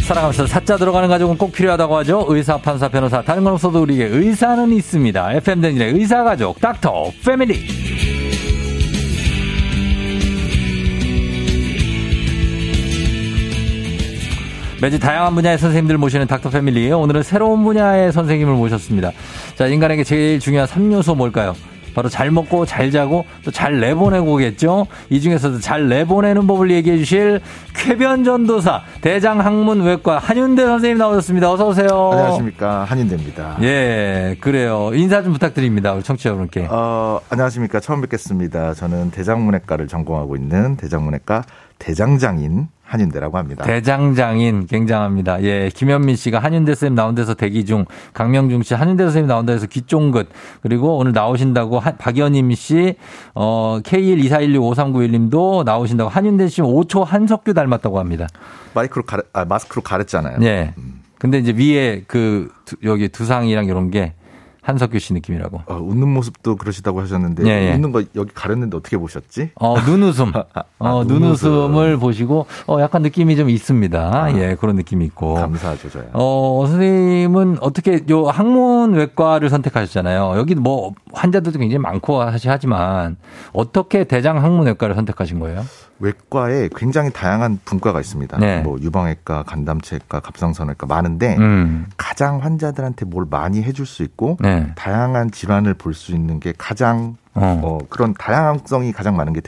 살아가면서 사자 들어가는 가족은 꼭 필요하다고 하죠. 의사, 판사, 변호사, 다른 건 없어도 우리에게 의사는 있습니다. FM 댕진의 의사 가족 닥터 패밀리. 매주 다양한 분야의 선생님들 모시는 닥터 패밀리예요. 오늘은 새로운 분야의 선생님을 모셨습니다. 자, 인간에게 제일 중요한 3요소 뭘까요? 바로 잘 먹고 잘 자고 또 잘 내보내고겠죠. 이 중에서도 잘 내보내는 법을 얘기해 주실 쾌변 전도사 대장 학문 외과 한윤대 선생님 나오셨습니다. 어서 오세요. 안녕하십니까 한인대입니다. 예, 그래요. 인사 좀 부탁드립니다. 우리 청취자분께. 어, 안녕하십니까 처음 뵙겠습니다. 저는 대장문해과를 전공하고 있는 대장문해과 대장장인 한인대라고 합니다. 대장장인 굉장합니다. 예, 김현민 씨가 한윤대 쌤 나온 데서 대기 중, 강명중 씨 한윤대 선생님 나온 데서 귀 쫑긋, 그리고 오늘 나오신다고 한- 박연임 씨, 어, K124165391님도 나오신다고 한윤대 씨 5초 한석규 닮았다고 합니다. 마이크로 가르, 아, 마스크로 가렸잖아요. 예. 근데 이제 위에 그 두- 여기 두상이랑 이런 게 한석규 씨 느낌이라고. 어, 웃는 모습도 그러시다고 하셨는데 예, 예. 웃는 거 여기 가렸는데 어떻게 보셨지? 어, 눈웃음. 어, 아, 눈웃음. 아. 눈웃음을 보시고, 어, 약간 느낌이 좀 있습니다. 예, 그런 느낌이 있고. 감사하죠 저야. 어, 선생님은 어떻게 요 항문외과를 선택하셨잖아요. 여기 뭐 환자들도 굉장히 많고 사실 하지만 어떻게 대장 항문외과를 선택하신 거예요? 외과에 굉장히 다양한 분과가 있습니다. 네. 뭐 유방외과, 간담체과, 갑상선외과 많은데 음. 가장 환자들한테 뭘 많이 해줄 수 있고 네. 다양한 질환을 볼 수 있는 게 가장 어. 어, 그런 다양성이 가장 많은 게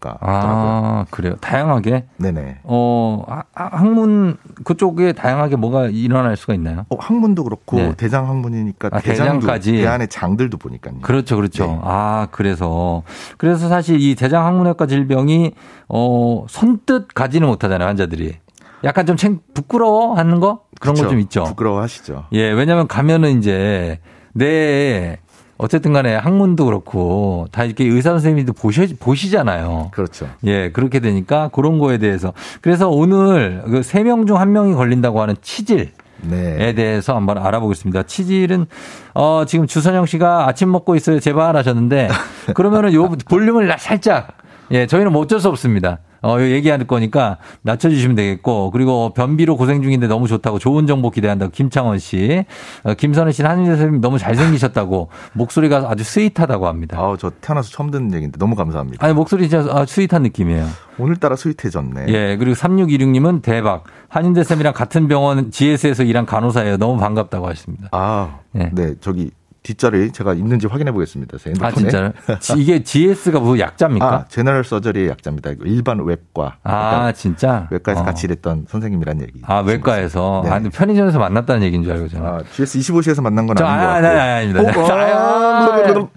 대장문외과더라고요. 아, 그래요. 다양하게 네네. 어, 아, 아, 항문 그쪽에 다양하게 뭐가 일어날 수가 있나요? 어, 항문도 그렇고 네. 대장 항문이니까 아, 대장도 대장까지. 배 안에 장들도 보니까요. 그렇죠, 그렇죠. 네. 아, 그래서. 그래서 사실 이 대장 항문외과 질병이, 어, 선뜻 가지는 못하잖아요, 환자들이. 약간 좀 챙, 부끄러워 하는 거? 그런 거 그렇죠. 좀 있죠. 부끄러워하시죠. 예, 왜냐면 가면은 이제 내 어쨌든 간에 학문도 그렇고 다 이렇게 의사 선생님도 보시, 보시잖아요. 그렇죠. 예, 그렇게 되니까 그런 거에 대해서. 그래서 오늘 그 세 명 중 한 명이 걸린다고 하는 치질에 네. 대해서 한번 알아보겠습니다. 치질은 어, 지금 주선영 씨가 아침 먹고 있어요. 제발 하셨는데 그러면은 요 볼륨을 살짝 예, 저희는 뭐 어쩔 수 없습니다. 어, 이거 얘기할 거니까 낮춰주시면 되겠고, 그리고 변비로 고생 중인데 너무 좋다고 좋은 정보 기대한다고 김창원 씨. 어, 김선혜 씨는 한인재 선생님 너무 잘생기셨다고 목소리가 아주 스윗하다고 합니다. 아우 저 태어나서 처음 듣는 얘기인데 너무 감사합니다. 아니, 목소리 진짜 아, 스윗한 느낌이에요. 오늘따라 스윗해졌네. 예, 그리고 3626님은 대박. 한인재 쌤이랑 같은 병원 GS에서 일한 간호사예요. 너무 반갑다고 하십니다. 아, 예. 네 저기 뒷자리 제가 있는지 확인해 보겠습니다. 제 아, 핸드폰에. 진짜요? 지- 이게 GS가 무슨 약자입니까? 아, 제너럴 서저리의 약자입니다. 일반 외과. 아, 그러니까 진짜? 외과에서 어. 같이 일했던 선생님이란 얘기. 아, 외과에서. 네. 아, 근데 편의점에서 만났다는 얘기인 줄 알고 저는. 아, GS 25시에서 만난 건 저, 아닌 것 아, 아, 같아요. 아, 아닙니다. 어, 아, 아, 블루블루블루.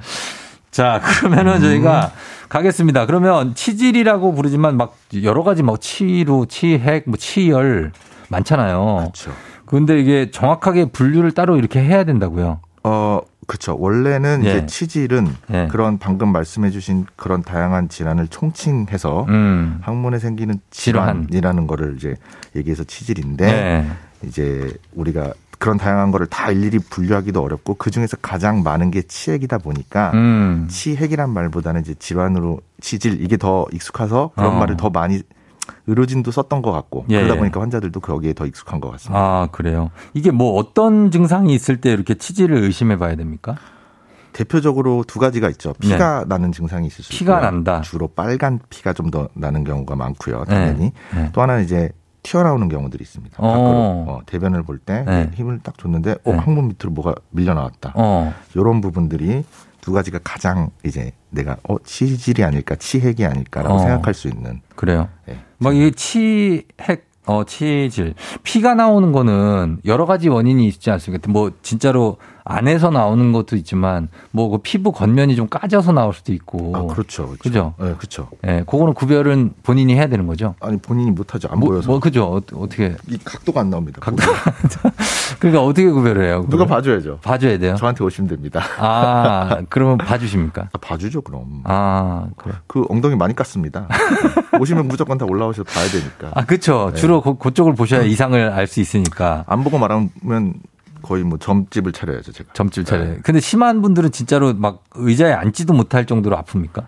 자, 그러면은 저희가 가겠습니다. 그러면 치질이라고 부르지만 막 여러 가지 뭐 치루, 치핵, 뭐 치열 많잖아요. 그렇죠. 근데 이게 정확하게 분류를 따로 이렇게 해야 된다고요. 어, 그렇죠. 원래는 예. 이제 치질은 예. 그런 방금 말씀해주신 그런 다양한 질환을 총칭해서 음. 항문에 생기는 질환. 질환이라는 거를 이제 얘기해서 치질인데 네. 이제 우리가 그런 다양한 거를 다 일일이 분류하기도 어렵고 그 중에서 가장 많은 게 치핵이다 보니까 음. 치핵이란 말보다는 이제 질환으로 치질 이게 더 익숙해서 그런 어. 말을 더 많이 의료진도 썼던 것 같고 예, 그러다 예. 보니까 환자들도 거기에 더 익숙한 것 같습니다. 아, 그래요. 이게 뭐 어떤 증상이 있을 때 이렇게 치질을 의심해 봐야 됩니까? 대표적으로 두 가지가 있죠. 피가 나는 증상이 있을 수 네. 피가 있고요. 난다. 주로 빨간 피가 좀 더 나는 경우가 많고요. 당연히 네. 또 하나는 이제 튀어나오는 경우들이 있습니다. 어. 밖으로 어, 대변을 볼 때 네. 힘을 딱 줬는데 어, 네. 항문 밑으로 뭐가 밀려 나왔다. 어. 이런 부분들이 두 가지가 가장 이제 내가 어 치질이 아닐까 치핵이 아닐까라고 어. 생각할 수 있는 그래요. 예. 막 이게 치핵, 어, 치질. 피가 나오는 거는 여러 가지 원인이 있지 않습니까? 뭐, 진짜로 안에서 나오는 것도 있지만 뭐 그 피부 겉면이 좀 까져서 나올 수도 있고. 아, 그렇죠. 그죠? 예, 그렇죠. 예, 그거는 구별은 본인이 해야 되는 거죠. 아니 본인이 못하죠. 안 뭐, 보여서 뭐 그죠? 어, 어떻게? 이 각도가 안 나옵니다. 그러니까 어떻게 구별을 해요? 누가 그걸? 봐줘야죠. 봐줘야 돼요. 저한테 오시면 됩니다. 아, 그러면 봐주십니까? 아, 봐주죠 그럼. 아, 그래. 그 엉덩이 많이 깠습니다. 오시면 무조건 다 올라오셔서 봐야 되니까. 아, 그쵸. 네. 주로 그, 그쪽을 보셔야 음. 이상을 알 수 있으니까. 안 보고 말하면 거의 뭐 점집을 차려야죠 제가. 점집 네. 차례. 근데 심한 분들은 진짜로 막 의자에 앉지도 못할 정도로 아픕니까?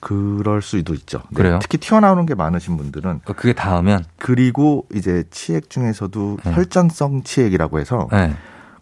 그럴 수도 있죠. 네. 그래요? 특히 튀어나오는 게 많으신 분들은 그러니까 그게 닿으면. 그리고 이제 치액 중에서도 네. 혈전성 치액이라고 해서 네.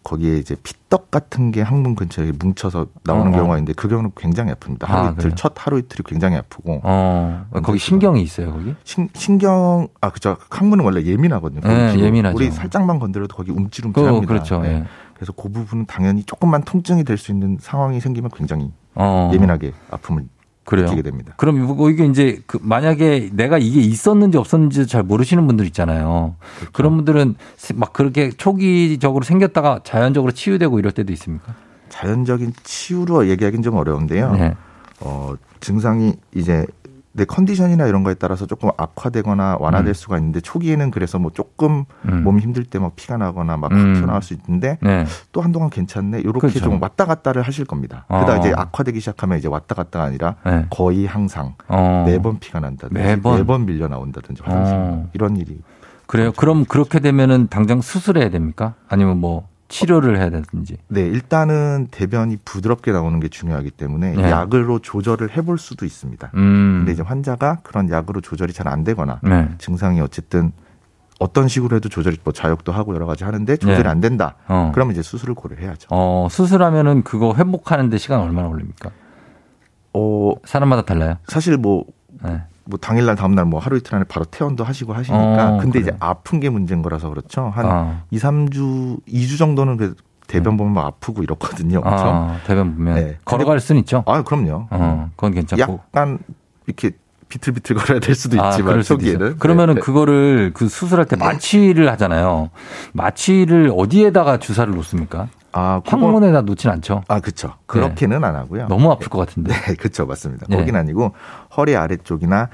거기에 이제 피떡 같은 게 항문 근처에 뭉쳐서 나오는 어, 어. 경우가 있는데 그 경우는 굉장히 아픕니다. 하루 아, 이틀 그래요? 첫 하루 이틀이 굉장히 아프고 어, 거기 신경이 있어요, 거기? 신, 신경 아 그죠 항문은 원래 예민하거든요. 그 네, 움찔. 예민하죠. 우리 살짝만 건드려도 거기 움찔움찔합니다. 그, 그렇죠. 네. 예. 그래서 그 부분은 당연히 조금만 통증이 될 수 있는 상황이 생기면 굉장히 어. 예민하게 아픔을 그래요. 느끼게 됩니다. 그럼 이거- 이게 이제 그 만약에 내가 이게 있었는지 없었는지 잘 모르시는 분들 있잖아요. 그렇죠. 그런 분들은 세- 막 그렇게 초기적으로 생겼다가 자연적으로 치유되고 이럴 때도 있습니까? 자연적인 치유로 얘기하기는 좀 어려운데요. 네. 어, 증상이 이제 내 컨디션이나 이런 거에 따라서 조금 악화되거나 완화될 수가 있는데 초기에는 그래서 뭐 조금 음. 몸이 힘들 때 막 피가 나거나 막 음. 튀어나올 수 있는데 네. 또 한동안 괜찮네 이렇게 그렇죠. 좀 왔다 갔다를 하실 겁니다. 어. 그러다 이제 악화되기 시작하면 이제 왔다 갔다가 아니라 네. 거의 항상 어. 매번 피가 난다든지 매번? 밀려 나온다든지 화장실 어. 이런 일이 그래요. 그럼 그렇게 되면은 당장 수술해야 됩니까? 아니면 뭐 치료를 해야 되든지. 네 일단은 대변이 부드럽게 나오는 게 중요하기 때문에 네. 약으로 조절을 해볼 수도 있습니다. 음. 근데 이제 환자가 그런 약으로 조절이 잘 안 되거나 네. 증상이 어쨌든 어떤 식으로 해도 조절이 뭐 자역도 하고 여러 가지 하는데 조절이 네. 안 된다. 어. 그러면 이제 수술을 고려해야죠. 어, 수술하면은 그거 회복하는데 시간 얼마나 걸립니까? 어 사람마다 달라요. 사실 뭐 네. 뭐 당일날 다음날 뭐 하루 이틀 안에 바로 퇴원도 하시고 하시니까 어, 근데 그래요. 이제 아픈 게 문제인 거라서 그렇죠 한 아. 이 삼 주 이 주 정도는 그 대변 보면 막 아프고 이렇거든요 엄청 아, 대변 보면 어, 네. 걸어갈 순 있죠. 아 그럼요 어, 그건 괜찮고. 아, 약간 이렇게 비틀비틀 거려야 될 수도 있지만 그럴 수도 초기에는 있어요. 그러면은 네, 네. 그거를 그 수술할 때 마취를 하잖아요. 마취를 어디에다가 주사를 놓습니까? 아 그건 항문에다 놓진 않죠. 아 그쵸 그렇게는 안 하고요 너무 아플 것 같은데. 네, 그렇죠. 맞습니다. 네. 거긴 아니고 허리 아래쪽이나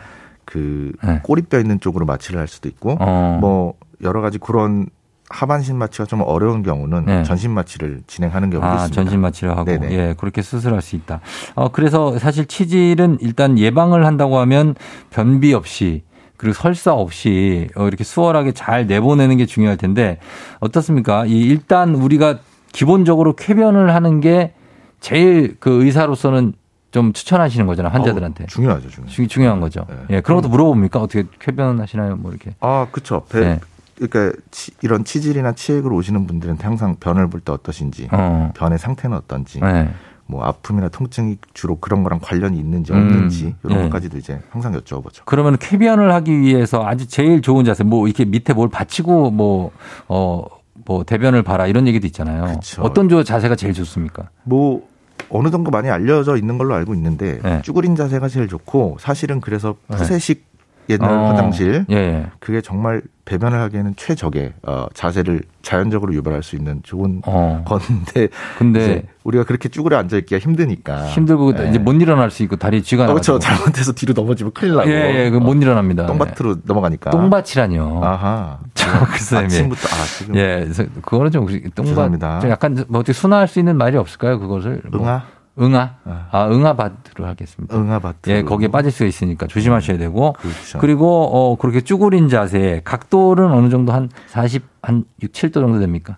그 네. 꼬리뼈 있는 쪽으로 마취를 할 수도 있고 어. 뭐 여러 가지 그런 하반신 마취가 좀 어려운 경우는 네. 전신 마취를 진행하는 경우도 아, 있습니다. 전신 마취를 하고 네네. 예, 그렇게 수술할 수 있다. 어, 그래서 사실 치질은 일단 예방을 한다고 하면 변비 없이 그리고 설사 없이 어, 이렇게 수월하게 잘 내보내는 게 중요할 텐데 어떻습니까? 이 일단 우리가 기본적으로 쾌변을 하는 게 제일 그 의사로서는 좀 추천하시는 거잖아요, 환자들한테. 아우, 중요하죠, 중요. 중- 중요한 거죠. 네. 예, 그런 것도 물어봅니까? 어떻게 쾌변하시나요? 뭐 이렇게. 아, 그렇죠. 배- 네. 그러니까 치- 이런 치질이나 치액으로 오시는 분들한테 항상 변을 볼 때 어떠신지, 어. 변의 상태는 어떤지, 네. 뭐 아픔이나 통증이 주로 그런 거랑 관련이 있는지 음. 없는지 이런 네. 것까지도 이제 항상 여쭤보죠. 그러면 쾌변을 하기 위해서 아주 제일 좋은 자세, 뭐 이렇게 밑에 뭘 받치고 뭐, 어, 뭐 대변을 봐라 이런 얘기도 있잖아요. 그쵸. 어떤 조 자세가 제일 좋습니까? 뭐 어느 정도 많이 알려져 있는 걸로 알고 있는데 네. 쭈그린 자세가 제일 좋고 사실은 그래서 푸세식 옛날 예. 어, 화장실 예, 예. 그게 정말 배변을 하기에는 최적의 어, 자세를 자연적으로 유발할 수 있는 좋은 어. 건데 근데 이제 우리가 그렇게 쭈그려 앉아 있기가 힘드니까 힘들고 예. 이제 못 일어날 수 있고 다리 쥐가 어, 나. 그렇죠 잘못해서 뒤로 넘어지면 큰일 나고 예, 예, 그못 일어납니다. 어, 똥밭으로 넘어가니까 예. 똥밭이라니요. 아하 자, 그 쌤이. 아침부터 아 지금 예, 그래서 그거는 좀 혹시 죄송합니다. 똥밭 좀 약간 뭐 어떻게 순화할 수 있는 말이 없을까요? 그것을 뭐. 응아 응아, 아 응아밭으로 하겠습니다. 응아밭 예, 거기에 빠질 수 있으니까 조심하셔야 되고. 그렇죠. 리고어 그렇게 쭈그린 자세, 각도는 어느 정도 한 40, 한 6, 7도 정도 됩니까?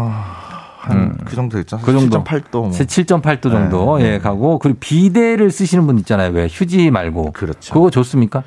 아, 어한그 정도 됐죠 그 정도. 7.8도 뭐. 7.8도 정도 네, 예 가고 그리고 비대를 쓰시는 분 있잖아요. 왜 휴지 말고. 그렇죠. 그거 좋습니까?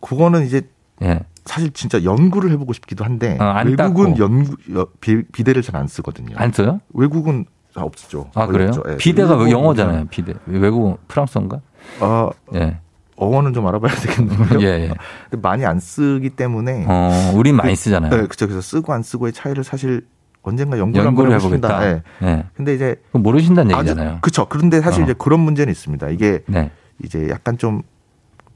그거는 이제 예. 사실 진짜 연구를 해보고 싶기도 한데 어, 안 외국은 닦고. 연구 여- 비, 비대를 잘 안 쓰거든요. 안 써요? 외국은 다 없죠. 아, 거의 그래요? 없죠. 예. 비대가 외국은 영어잖아요. 비대. 외국 프랑스인가? 아, 예. 어원은 좀 알아봐야 되겠는데요. 예, 예. 근데 많이 안 쓰기 때문에 어, 우린 많이 쓰잖아요. 네, 그렇죠. 그래서 쓰고 안 쓰고의 차이를 사실 언젠가 연구를, 연구를 한번 해보겠다. 해보겠다. 예. 근데 이제 그거 모르신다는 아주 얘기잖아요. 그렇죠. 그런데 사실 어. 이제 그런 문제는 있습니다. 이게 네. 이제 약간 좀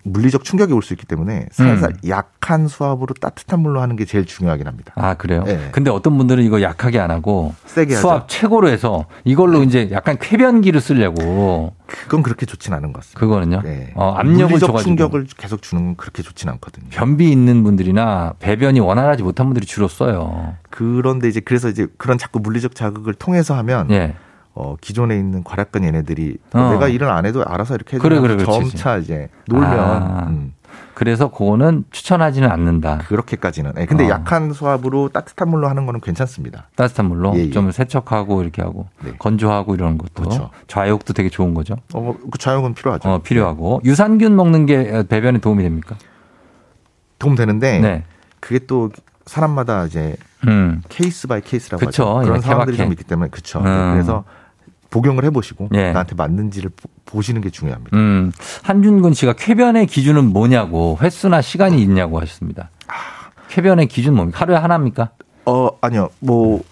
물리적 충격이 올 수 있기 때문에 살살 음. 약한 수압으로 따뜻한 물로 하는 게 제일 중요하긴 합니다. 아 그래요? 네. 근데 어떤 분들은 이거 약하게 안 하고 세게 하죠. 네. 수압 최고로 해서 이걸로 이제 약간 쾌변기를 쓰려고 그건 그렇게 좋진 않은 것 같습니다. 그거는요. 네. 어, 압력을 물리적 줘가지고 충격을 계속 주는 건 그렇게 좋진 않거든요. 변비 있는 분들이나 배변이 원활하지 못한 분들이 주로 써요. 그런데 이제 그래서 이제 그런 자꾸 물리적 자극을 통해서 하면 예. 어, 기존에 있는 과략근 얘네들이 어. 내가 일을 안 해도 알아서 이렇게 그래, 그래, 해주면서 그렇지, 점차 이제 놀면 아. 음, 그래서 그거는 추천하지는 않는다. 그렇게까지는. 네, 근데 어. 약한 수압으로 따뜻한 물로 하는 거는 괜찮습니다. 따뜻한 물로 예, 예. 좀 세척하고 이렇게 하고 네. 건조하고 이런 것도 그렇죠. 좌욕도 되게 좋은 거죠. 어, 그 좌욕은 필요하죠. 어, 필요하고 유산균 먹는 게 배변에 도움이 됩니까? 도움 되는데 네. 그게 또 사람마다 이제 음. 케이스 바이 케이스라고 그쵸. 하죠. 그런 예, 상황들이 케바케. 좀 있기 때문에 그렇죠. 음. 그래서 복용을 해보시고 예. 나한테 맞는지를 보- 보시는 게 중요합니다. 음. 한준근 씨가 쾌변의 기준은 뭐냐고 횟수나 시간이 있냐고 하셨습니다. 쾌변의 기준 뭡니까? 하루에 하나입니까? 어 아니요 뭐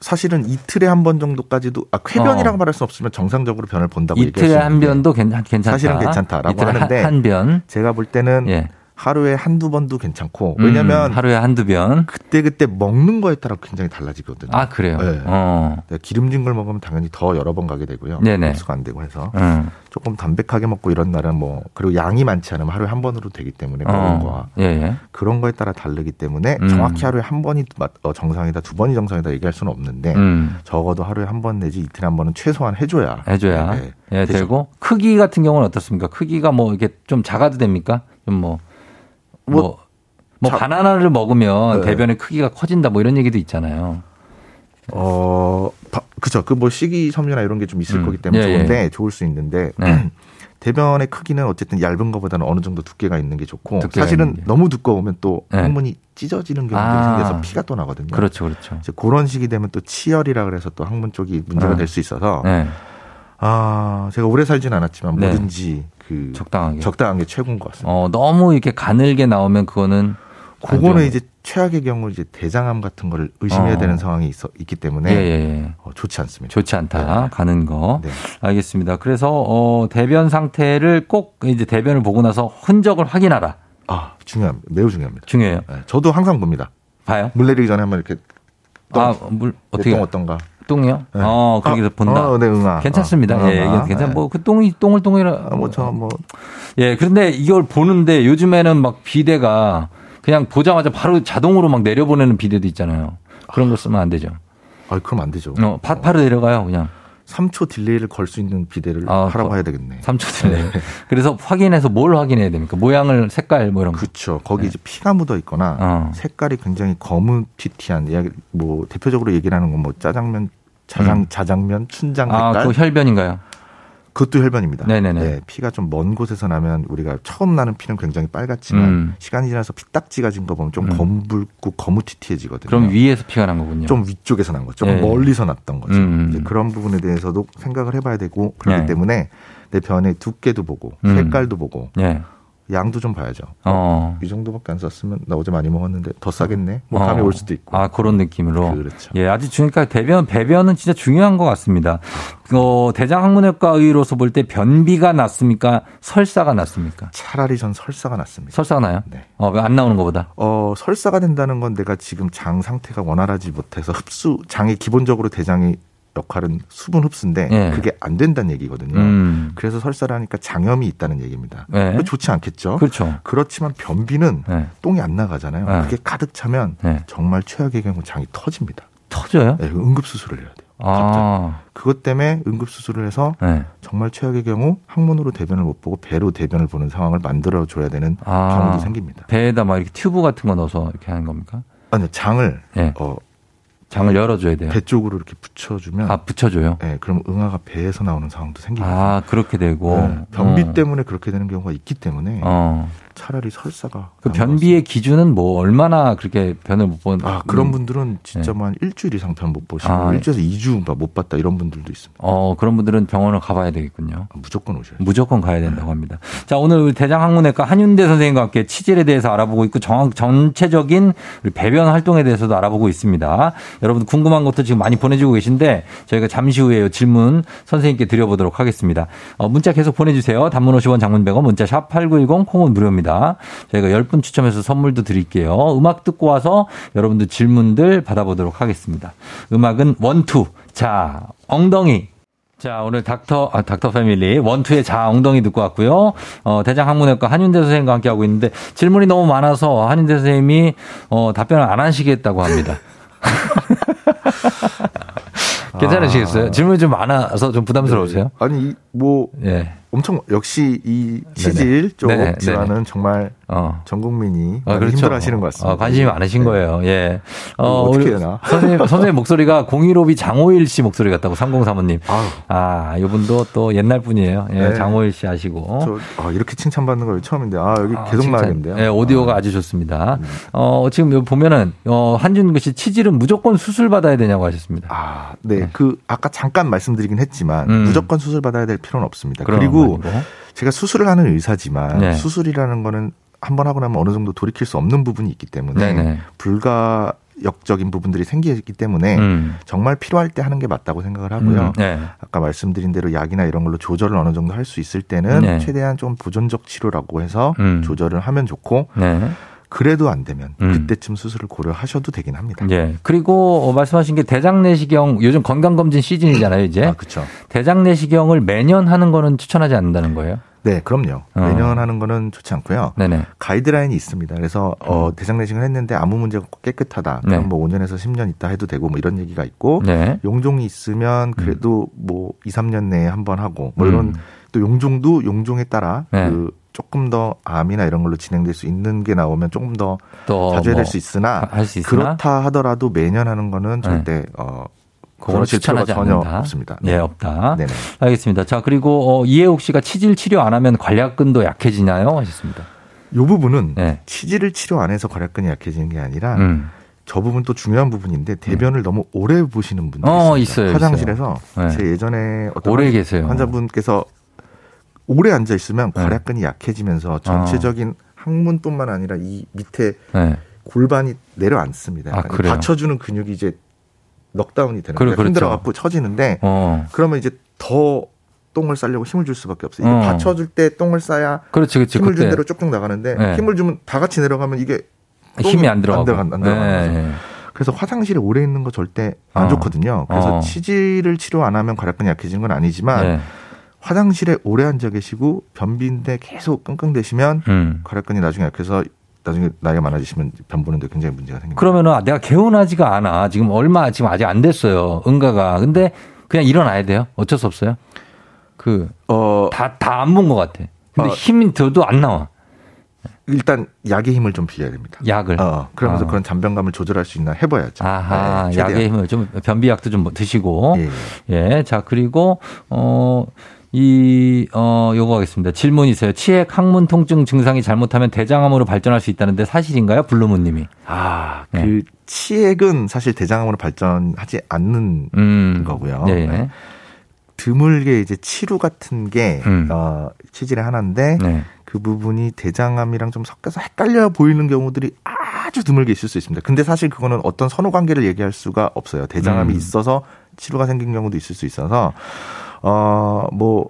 사실은 이틀에 한 번 정도까지도 아 쾌변이라고 어. 말할 수 없으면 정상적으로 변을 본다고 얘기할 이틀에 수 한 있는데 변도 괜찮, 괜찮다. 네. 사실은 괜찮다라고 이틀에 한- 하는데 한 변. 제가 볼 때는 예. 하루에 한두 번도 괜찮고 음, 뭐 왜냐면 하루에 한두 변. 그때 그때 먹는 거에 따라 굉장히 달라지거든요. 아, 그래요. 네. 어. 그러니까 기름진 걸 먹으면 당연히 더 여러 번 가게 되고요. 네네. 흡수가 안 되고 해서 음. 조금 담백하게 먹고 이런 날은 뭐 그리고 양이 많지 않으면 하루에 한 번으로 되기 때문에 먹는 네, 거와 어. 예, 예. 그런 거에 따라 다르기 때문에 음. 정확히 하루에 한 번이 맞- 어, 정상이다 두 번이 정상이다 얘기할 수는 없는데 음. 적어도 하루에 한 번 내지 이틀에 한 번은 최소한 해줘야 해줘야 네, 예, 되죠. 되고 크기 같은 경우는 어떻습니까? 크기가 뭐 이렇게 좀 작아도 됩니까? 좀 뭐 뭐 뭐 뭐, 자- 바나나를 먹으면 네. 대변의 크기가 커진다 뭐 이런 얘기도 있잖아요. 어 바- 그쵸 그 뭐 식이섬유나 이런 게 좀 있을 음. 거기 때문에 예, 예. 좋은데 좋을 수 있는데 네. 대변의 크기는 어쨌든 얇은 것보다는 어느 정도 두께가 있는 게 좋고 두께가 사실은 있는 게. 너무 두꺼우면 또 네. 항문이 찢어지는 경우도 아. 생겨서 피가 또 나거든요. 그렇죠, 그렇죠. 이제 그런 식이 되면 또 치열이라 그래서 또 항문 쪽이 문제가 아. 될 수 있어서 네, 아 제가 오래 살진 않았지만 네. 뭐든지 그 적당하게. 적당한 게 최고인 것 같습니다. 어 너무 이렇게 가늘게 나오면 그거는 어, 안 좋은 그거는 이제 최악의 경우 이제 대장암 같은 거를 의심해야 어. 되는 상황이 있어 있기 거. 때문에 예, 예, 예. 어, 좋지 않습니다. 좋지 않다 가는 거. 네. 알겠습니다. 그래서 어 대변 상태를 꼭 이제 대변을 보고 나서 흔적을 확인하라. 아 중요합니다. 매우 중요합니다. 중요해요. 예, 저도 항상 봅니다. 봐요. 물 내리기 전에 한번 이렇게 똥. 네, 아물 어떻게 똥 어떤가. 똥이요? 예. 어, 거기서 아, 본다. 어, 네, 응아. 괜찮습니다. 어, 예, 응아. 이게 괜찮. 예. 뭐그 똥이 똥을 똥이라. 아, 뭐, 저, 뭐, 예, 그런데 이걸 보는데 요즘에는 막 비대가 그냥 보자마자 바로 자동으로 막 내려보내는 비대도 있잖아요. 그런 거 쓰면 안 되죠. 아, 그럼 안 되죠. 어, 파파로 내려가요, 그냥. 3초 딜레이를 걸 수 있는 비대를 아, 하라고 거- 해야 되겠네. 3초 전에. 그래서 확인해서 뭘 확인해야 됩니까? 모양을, 색깔 뭐 이런 거. 그쵸. 거기 이제 피가 묻어 있거나 어. 색깔이 굉장히 검은 피티한, 이야기- 뭐, 대표적으로 얘기하는 건 뭐, 짜장면, 자장, 자장면, 춘장 음. 아, 색깔. 그거 혈변인가요? 그것도 혈변입니다. 네네네. 네, 피가 좀 먼 곳에서 나면 우리가 처음 나는 피는 굉장히 빨갛지만 음. 시간이 지나서 피딱지가 진 거 보면 좀 검붉고 거무튀튀해지거든요. 그럼 위에서 피가 난 거군요. 네. 좀 위쪽에서 난 거죠. 예. 좀 멀리서 났던 거죠. 음. 이제 그런 부분에 대해서도 생각을 해봐야 되고 그렇기 네. 때문에 내 변의 두께도 보고 음. 색깔도 보고 예. 양도 좀 봐야죠. 어. 이 정도밖에 안 썼으면 나 어제 많이 먹었는데 더 싸겠네. 뭐 감이 어. 올 수도 있고. 아, 그런 느낌으로. 그렇죠. 예, 아주 중요니까 대변 배변은 진짜 중요한 것 같습니다. 어, 대장학문외과 의로서 볼 때 변비가 났습니까? 설사가 났습니까? 차라리 전 설사가 났습니다. 설사가 나요? 네. 어, 왜안 나오는 것보다. 어, 설사가 된다는 건 내가 지금 장 상태가 원활하지 못해서 흡수 장이 기본적으로 대장의 역할은 수분 흡수인데 예. 그게 안 된다는 얘기거든요. 음. 그래서 설사를 하니까 장염이 있다는 얘기입니다. 예. 네. 그거 좋지 않겠죠? 그렇죠. 그렇지만 변비는 예. 똥이 안 나가잖아요. 네. 그게 가득 차면 네. 정말 최악의 경우 장이 터집니다. 터져요? 네, 응급 수술을 해야 돼요. 아. 그것 때문에 응급 수술을 해서 예. 정말 최악의 경우 항문으로 대변을 못 보고 배로 대변을 보는 상황을 만들어 줘야 되는 아. 경우도 생깁니다. 배에다 막 이렇게 튜브 같은 거 넣어서 이렇게 하는 겁니까? 아니요, 장을 네. 어, 장을 열어줘야 돼요. 배 쪽으로 이렇게 붙여주면 아, 붙여줘요. 네, 그럼 응아가 배에서 나오는 상황도 생깁니다. 아, 그렇게 되고. 네, 변비 어. 때문에 그렇게 되는 경우가 있기 때문에 어. 차라리 설사가 그 변비의 기준은 뭐 얼마나 그렇게 변을 못 보는 아 그런 분들은 진짜 만 일주일 이상 편 못 보시고 음. 예. 아, 예. 일주일에서 2주 못 봤다 이런 분들도 있습니다. 어 그런 분들은 병원을 가봐야 되겠군요. 아, 무조건 오셔야 돼요. 무조건 가야 된다고 합니다. 자, 오늘 우리 대장항문외과 한윤대 선생님과 함께 치질에 대해서 알아보고 있고 정확 전체적인 우리 배변 활동에 대해서도 알아보고 있습니다. 여러분 궁금한 것도 지금 많이 보내주고 계신데 저희가 잠시 후에 요 질문 선생님께 드려보도록 하겠습니다. 어, 문자 계속 보내주세요. 단문 50원, 장문 100원, 문자 샵 #8910 콩은 무료입니다. 저희가 10분 추첨해서 선물도 드릴게요. 음악 듣고 와서 여러분들 질문들 받아보도록 하겠습니다. 음악은 원투. 자, 엉덩이 자, 오늘 닥터, 아, 닥터 패밀리, 원투의 자 엉덩이 듣고 왔고요. 어, 대장 항문외과 한윤대 선생님과 함께하고 있는데 질문이 너무 많아서 한윤대 선생님이 어, 답변을 안 하시겠다고 합니다. 아. 괜찮으시겠어요? 질문이 좀 많아서 좀 부담스러우세요? 아니 이- 뭐 예. 엄청 역시 이 치질 쪽 네네. 질환은 정말 어. 전 국민이 아, 많이 힘들어하시는 것 같습니다. 어, 관심이 많으신 거예요. 예. 이거 어떻게 우리 해야 되나? 선생님, 선생님 목소리가 015비 장호일 씨 목소리 같다고 3035님. 아우. 아, 이분도 또 옛날 분이에요. 예, 네. 장호일 씨 아시고. 저, 아, 이렇게 칭찬받는 거 처음인데 아 여기 아, 계속 칭찬. 나야겠는데요. 음. 예, 오디오가 아주 좋습니다. 어, 지금 여기 보면은, 어, 한준근 씨 치질은 무조건 수술 받아야 되냐고 하셨습니다. 아, 네. 그 아까 잠깐 말씀드리긴 했지만 음. 무조건 수술 받아야 될 필요는 없습니다. 그런 그리고 건 아니고. 제가 수술을 하는 의사지만 네. 수술이라는 거는 한 번 하고 나면 어느 정도 돌이킬 수 없는 부분이 있기 때문에 네네. 불가역적인 부분들이 생기기 때문에 음. 정말 필요할 때 하는 게 맞다고 생각을 네. 하고요. 음, 네. 아까 말씀드린 대로 약이나 이런 걸로 조절을 어느 정도 할 수 있을 때는 네. 최대한 좀 보존적 치료라고 해서 음. 조절을 하면 좋고 네. 그래도 안 되면 음. 그때쯤 수술을 고려하셔도 되긴 합니다. 예. 그리고 어, 말씀하신 게 대장 내시경 요즘 건강 검진 시즌이잖아요, 이제. 아, 그렇죠. 대장 내시경을 매년 하는 거는 추천하지 않는다는 거예요. 네, 그럼요. 어. 매년 하는 거는 좋지 않고요. 네네. 음. 가이드라인이 있습니다. 그래서 어, 대장 내시경을 했는데 아무 문제가 없고 깨끗하다. 그럼 네. 뭐 5년에서 10년 있다 해도 되고 뭐 이런 얘기가 있고 네. 용종이 있으면 그래도 뭐 2, 3년 내에 한 번 하고 물론 음. 또 용종도 용종에 따라 네. 그 조금 더 암이나 이런 걸로 진행될 수 있는 게 나오면 조금 더 또 자주 해야 뭐 될 수 있으나 할 수 있으나 네. 그렇다 하더라도 매년 하는 거는 절대 어 그거는 그러실 필요가 추천하지 전혀 않는다. 없습니다. 예, 없다. 네네. 알겠습니다. 자, 그리고 어, 이혜옥 씨가 치질 치료 안 하면 관략근도 약해지나요? 하셨습니다. 요 부분은 네. 치질을 치료 안 해서 거략근이 약해지는 게 아니라 음. 저 부분 또 중요한 부분인데 대변을 너무 오래 보시는 분들 어, 있어요, 화장실에서 있어요. 네. 제 예전에 어떤 오래 환- 계세요. 환자분께서 오래 앉아 있으면 네. 어. 괄약근이 약해지면서 전체적인 항문뿐만 아니라 이 밑에 네. 골반이 내려앉습니다. 아, 약간 그래요? 받쳐주는 근육이 이제 넉다운이 되는 그래, 거예요. 그렇죠. 힘들어갖고 처지는데 어. 그러면 이제 더 똥을 싸려고 힘을 줄 수밖에 없어요. 어. 이게 받쳐줄 때 똥을 싸야 그렇지, 그렇지. 힘을 그때 준 대로 쭉쭉 나가는데 네. 아, 힘을 주면 다 같이 내려가면 이게 똥이 힘이 안 들어가고. 네. 안 들어간- 안 들어가는 거죠. 그래서 화장실에 오래 있는 거 절대 안 어. 좋거든요. 그래서 어. 치질을 치료 안 하면 과략근이 약해진 건 아니지만 예. 화장실에 오래 앉아 계시고 변비인데 계속 끙끙대시면 음. 과략근이 나중에 약해서 나중에 나이가 많아지시면 변 보는데 굉장히 문제가 생깁니다. 그러면은 아, 내가 개운하지가 않아. 지금 얼마 지금 아직 안 됐어요. 응가가. 근데 그냥 일어나야 돼요. 어쩔 수 없어요. 그 어, 다 다 안 본 것 같아. 근데 어. 힘이 들어도 안 나와. 일단 약의 힘을 좀 빌려야 됩니다. 약을. 어, 그러면서 어. 그런 잔변감을 조절할 수 있나 해봐야죠. 아하, 네, 최대한. 약의 힘을 좀 변비약도 좀 드시고. 예, 예. 예. 자, 그리고 어 이, 어, 요거 하겠습니다. 질문 있어요. 치핵 항문 통증 증상이 잘못하면 대장암으로 발전할 수 있다는데 사실인가요? 블루문 님이. 아, 그 네. 치액은 사실 대장암으로 발전하지 않는 음. 거고요. 예, 예. 네. 드물게 이제 치루 같은 게 음. 어, 치질의 하나인데 네. 그 부분이 대장암이랑 좀 섞여서 헷갈려 보이는 경우들이 아주 드물게 있을 수 있습니다. 근데 사실 그거는 어떤 선호 관계를 얘기할 수가 없어요. 대장암이 음. 있어서 치료가 생긴 경우도 있을 수 있어서 어뭐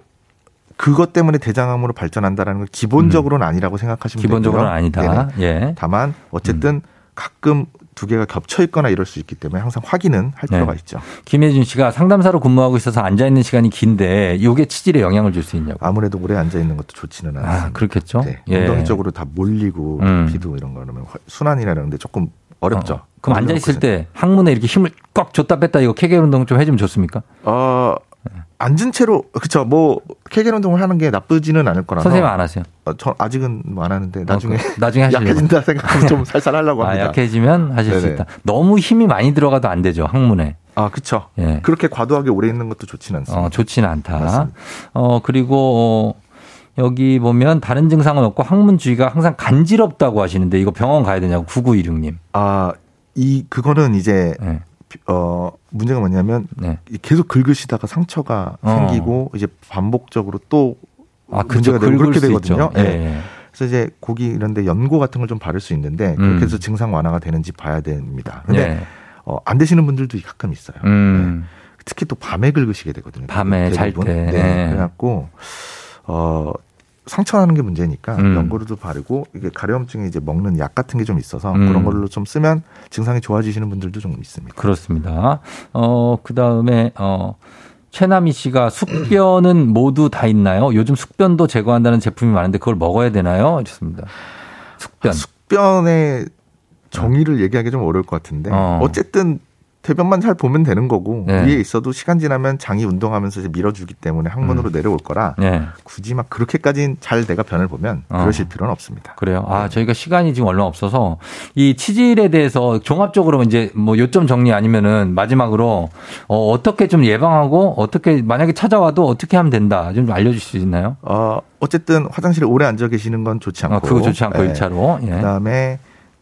그것 때문에 대장암으로 발전한다라는 건 기본적으로는 아니라고 생각하시면 음. 기본적으로는 되고요. 아니다. 음. 네네. 예. 다만 어쨌든 가끔 두 개가 겹쳐 있거나 이럴 수 있기 때문에 항상 확인은 할 네. 필요가 있죠. 김혜준 씨가 상담사로 근무하고 있어서 앉아 있는 시간이 긴데 요게 치질에 영향을 줄 수 있냐고. 아무래도 오래 앉아 있는 것도 좋지는 않습니다. 아, 그렇겠죠? 네. 엉덩이 쪽으로 다 몰리고 음. 피도 이런 거는 화- 순환이라는데 조금 어렵죠. 어, 그럼 앉아 있을 올려놓고서. 때 항문에 이렇게 힘을 꽉 줬다 뺐다 이거 케겔 운동 좀 해주면 좋습니까? 어 앉은 채로 그쵸 뭐 케겔 운동을 하는 게 나쁘지는 않을 거라서 선생님 안 하세요? 어, 전 아직은 뭐안 하는데 나중에 그- 나중에 하시려고. 약해진다 생각하면 좀 살살 하려고 아, 합니다. 약해지면 하실 수 네네. 있다. 너무 힘이 많이 들어가도 안 되죠 항문에. 아 그쵸. 예. 그렇게 과도하게 오래 있는 것도 좋지는 않습니다. 어, 좋지는 않다. 맞습니다. 어, 그리고, 어, 여기 보면 다른 증상은 없고 항문 주위가 항상 간지럽다고 하시는데 이거 병원 가야 되냐고 9916님. 아, 이 그거는 이제 네. 어 문제가 뭐냐면 네. 계속 긁으시다가 상처가 어. 생기고 이제 반복적으로 또 아, 그죠. 문제가 되고 긁을 그렇게 수 되거든요. 있죠. 예. 예. 예. 그래서 이제 고기 이런데 연고 같은 걸 좀 바를 수 있는데 음. 그렇게 해서 증상 완화가 되는지 봐야 됩니다. 근데 예. 어, 안 되시는 분들도 가끔 있어요. 음. 네. 특히 또 밤에 긁으시게 되거든요. 밤에 잘 대부분. 때. 네. 네. 그래갖고 어 상처 나는 게 문제니까 음. 연고로도 바르고 이게 가려움증에 이제 먹는 약 같은 게 좀 있어서 음. 그런 걸로 좀 쓰면 증상이 좋아지시는 분들도 좀 있습니다. 그렇습니다. 어, 그 다음에, 어, 최남희 씨가 숙변은 모두 다 있나요? 요즘 숙변도 제거한다는 제품이 많은데 그걸 먹어야 되나요? 좋습니다. 숙변. 숙변의 정의를 얘기하기 좀 어려울 것 같은데 어. 어. 쨌든 대변만 잘 보면 되는 거고 네. 위에 있어도 시간 지나면 장이 운동하면서 이제 밀어주기 때문에 항문으로 내려올 거라 예. 굳이 막 그렇게까지는 잘 내가 변을 보면 어. 그러실 필요는 없습니다. 그래요. 아, 저희가 시간이 지금 얼마 없어서 이 치질에 대해서 종합적으로 이제 뭐 요점 정리 아니면은 마지막으로 어, 어떻게 좀 예방하고 어떻게 만약에 찾아와도 어떻게 하면 된다. 좀 알려줄 수 있나요? 어, 어쨌든 화장실에 오래 앉아 계시는 건 좋지 않고 아, 그거 좋지 않고 예. 일차로 예. 그다음에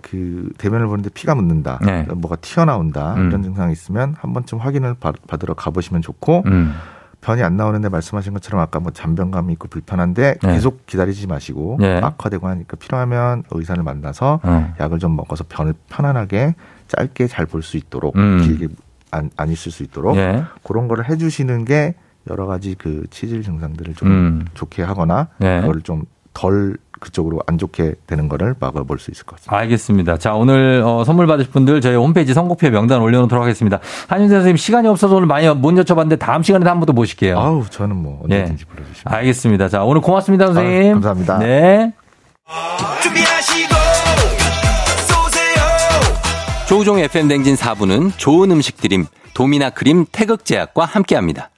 그 대변을 보는데 피가 묻는다, 그러니까 네. 뭐가 튀어나온다 음. 이런 증상이 있으면 한 번쯤 확인을 받- 받으러 가보시면 좋고 음. 변이 안 나오는데 말씀하신 것처럼 아까 뭐 잔변감이 있고 불편한데 네. 계속 기다리지 마시고 네. 악화되고 하니까 필요하면 의사를 만나서 어. 약을 좀 먹어서 변을 편안하게 짧게 잘 볼 수 있도록 음. 길게 안, 안 있을 수 있도록 예. 그런 거를 해주시는 게 여러 가지 그 치질 증상들을 좀 음. 좋게 하거나 네. 그걸 좀 덜 그쪽으로 안 좋게 되는 거를 막아볼 수 있을 것 같습니다. 알겠습니다. 자, 오늘 어, 선물 받으실 분들 저희 홈페이지 선곡표 명단 올려놓도록 하겠습니다. 한윤세 선생님 시간이 없어서 오늘 많이 못 여쭤봤는데 다음 시간에 한 번 더 모실게요. 아우 저는 뭐 언제든지 예. 불러주시면 알겠습니다. 자, 오늘 고맙습니다, 선생님. 아, 감사합니다. 네. 준비하시고 쏘세요 조우종 FM 댕진 4부는 좋은 음식 드림, 도미나 크림 태극제약과 함께합니다.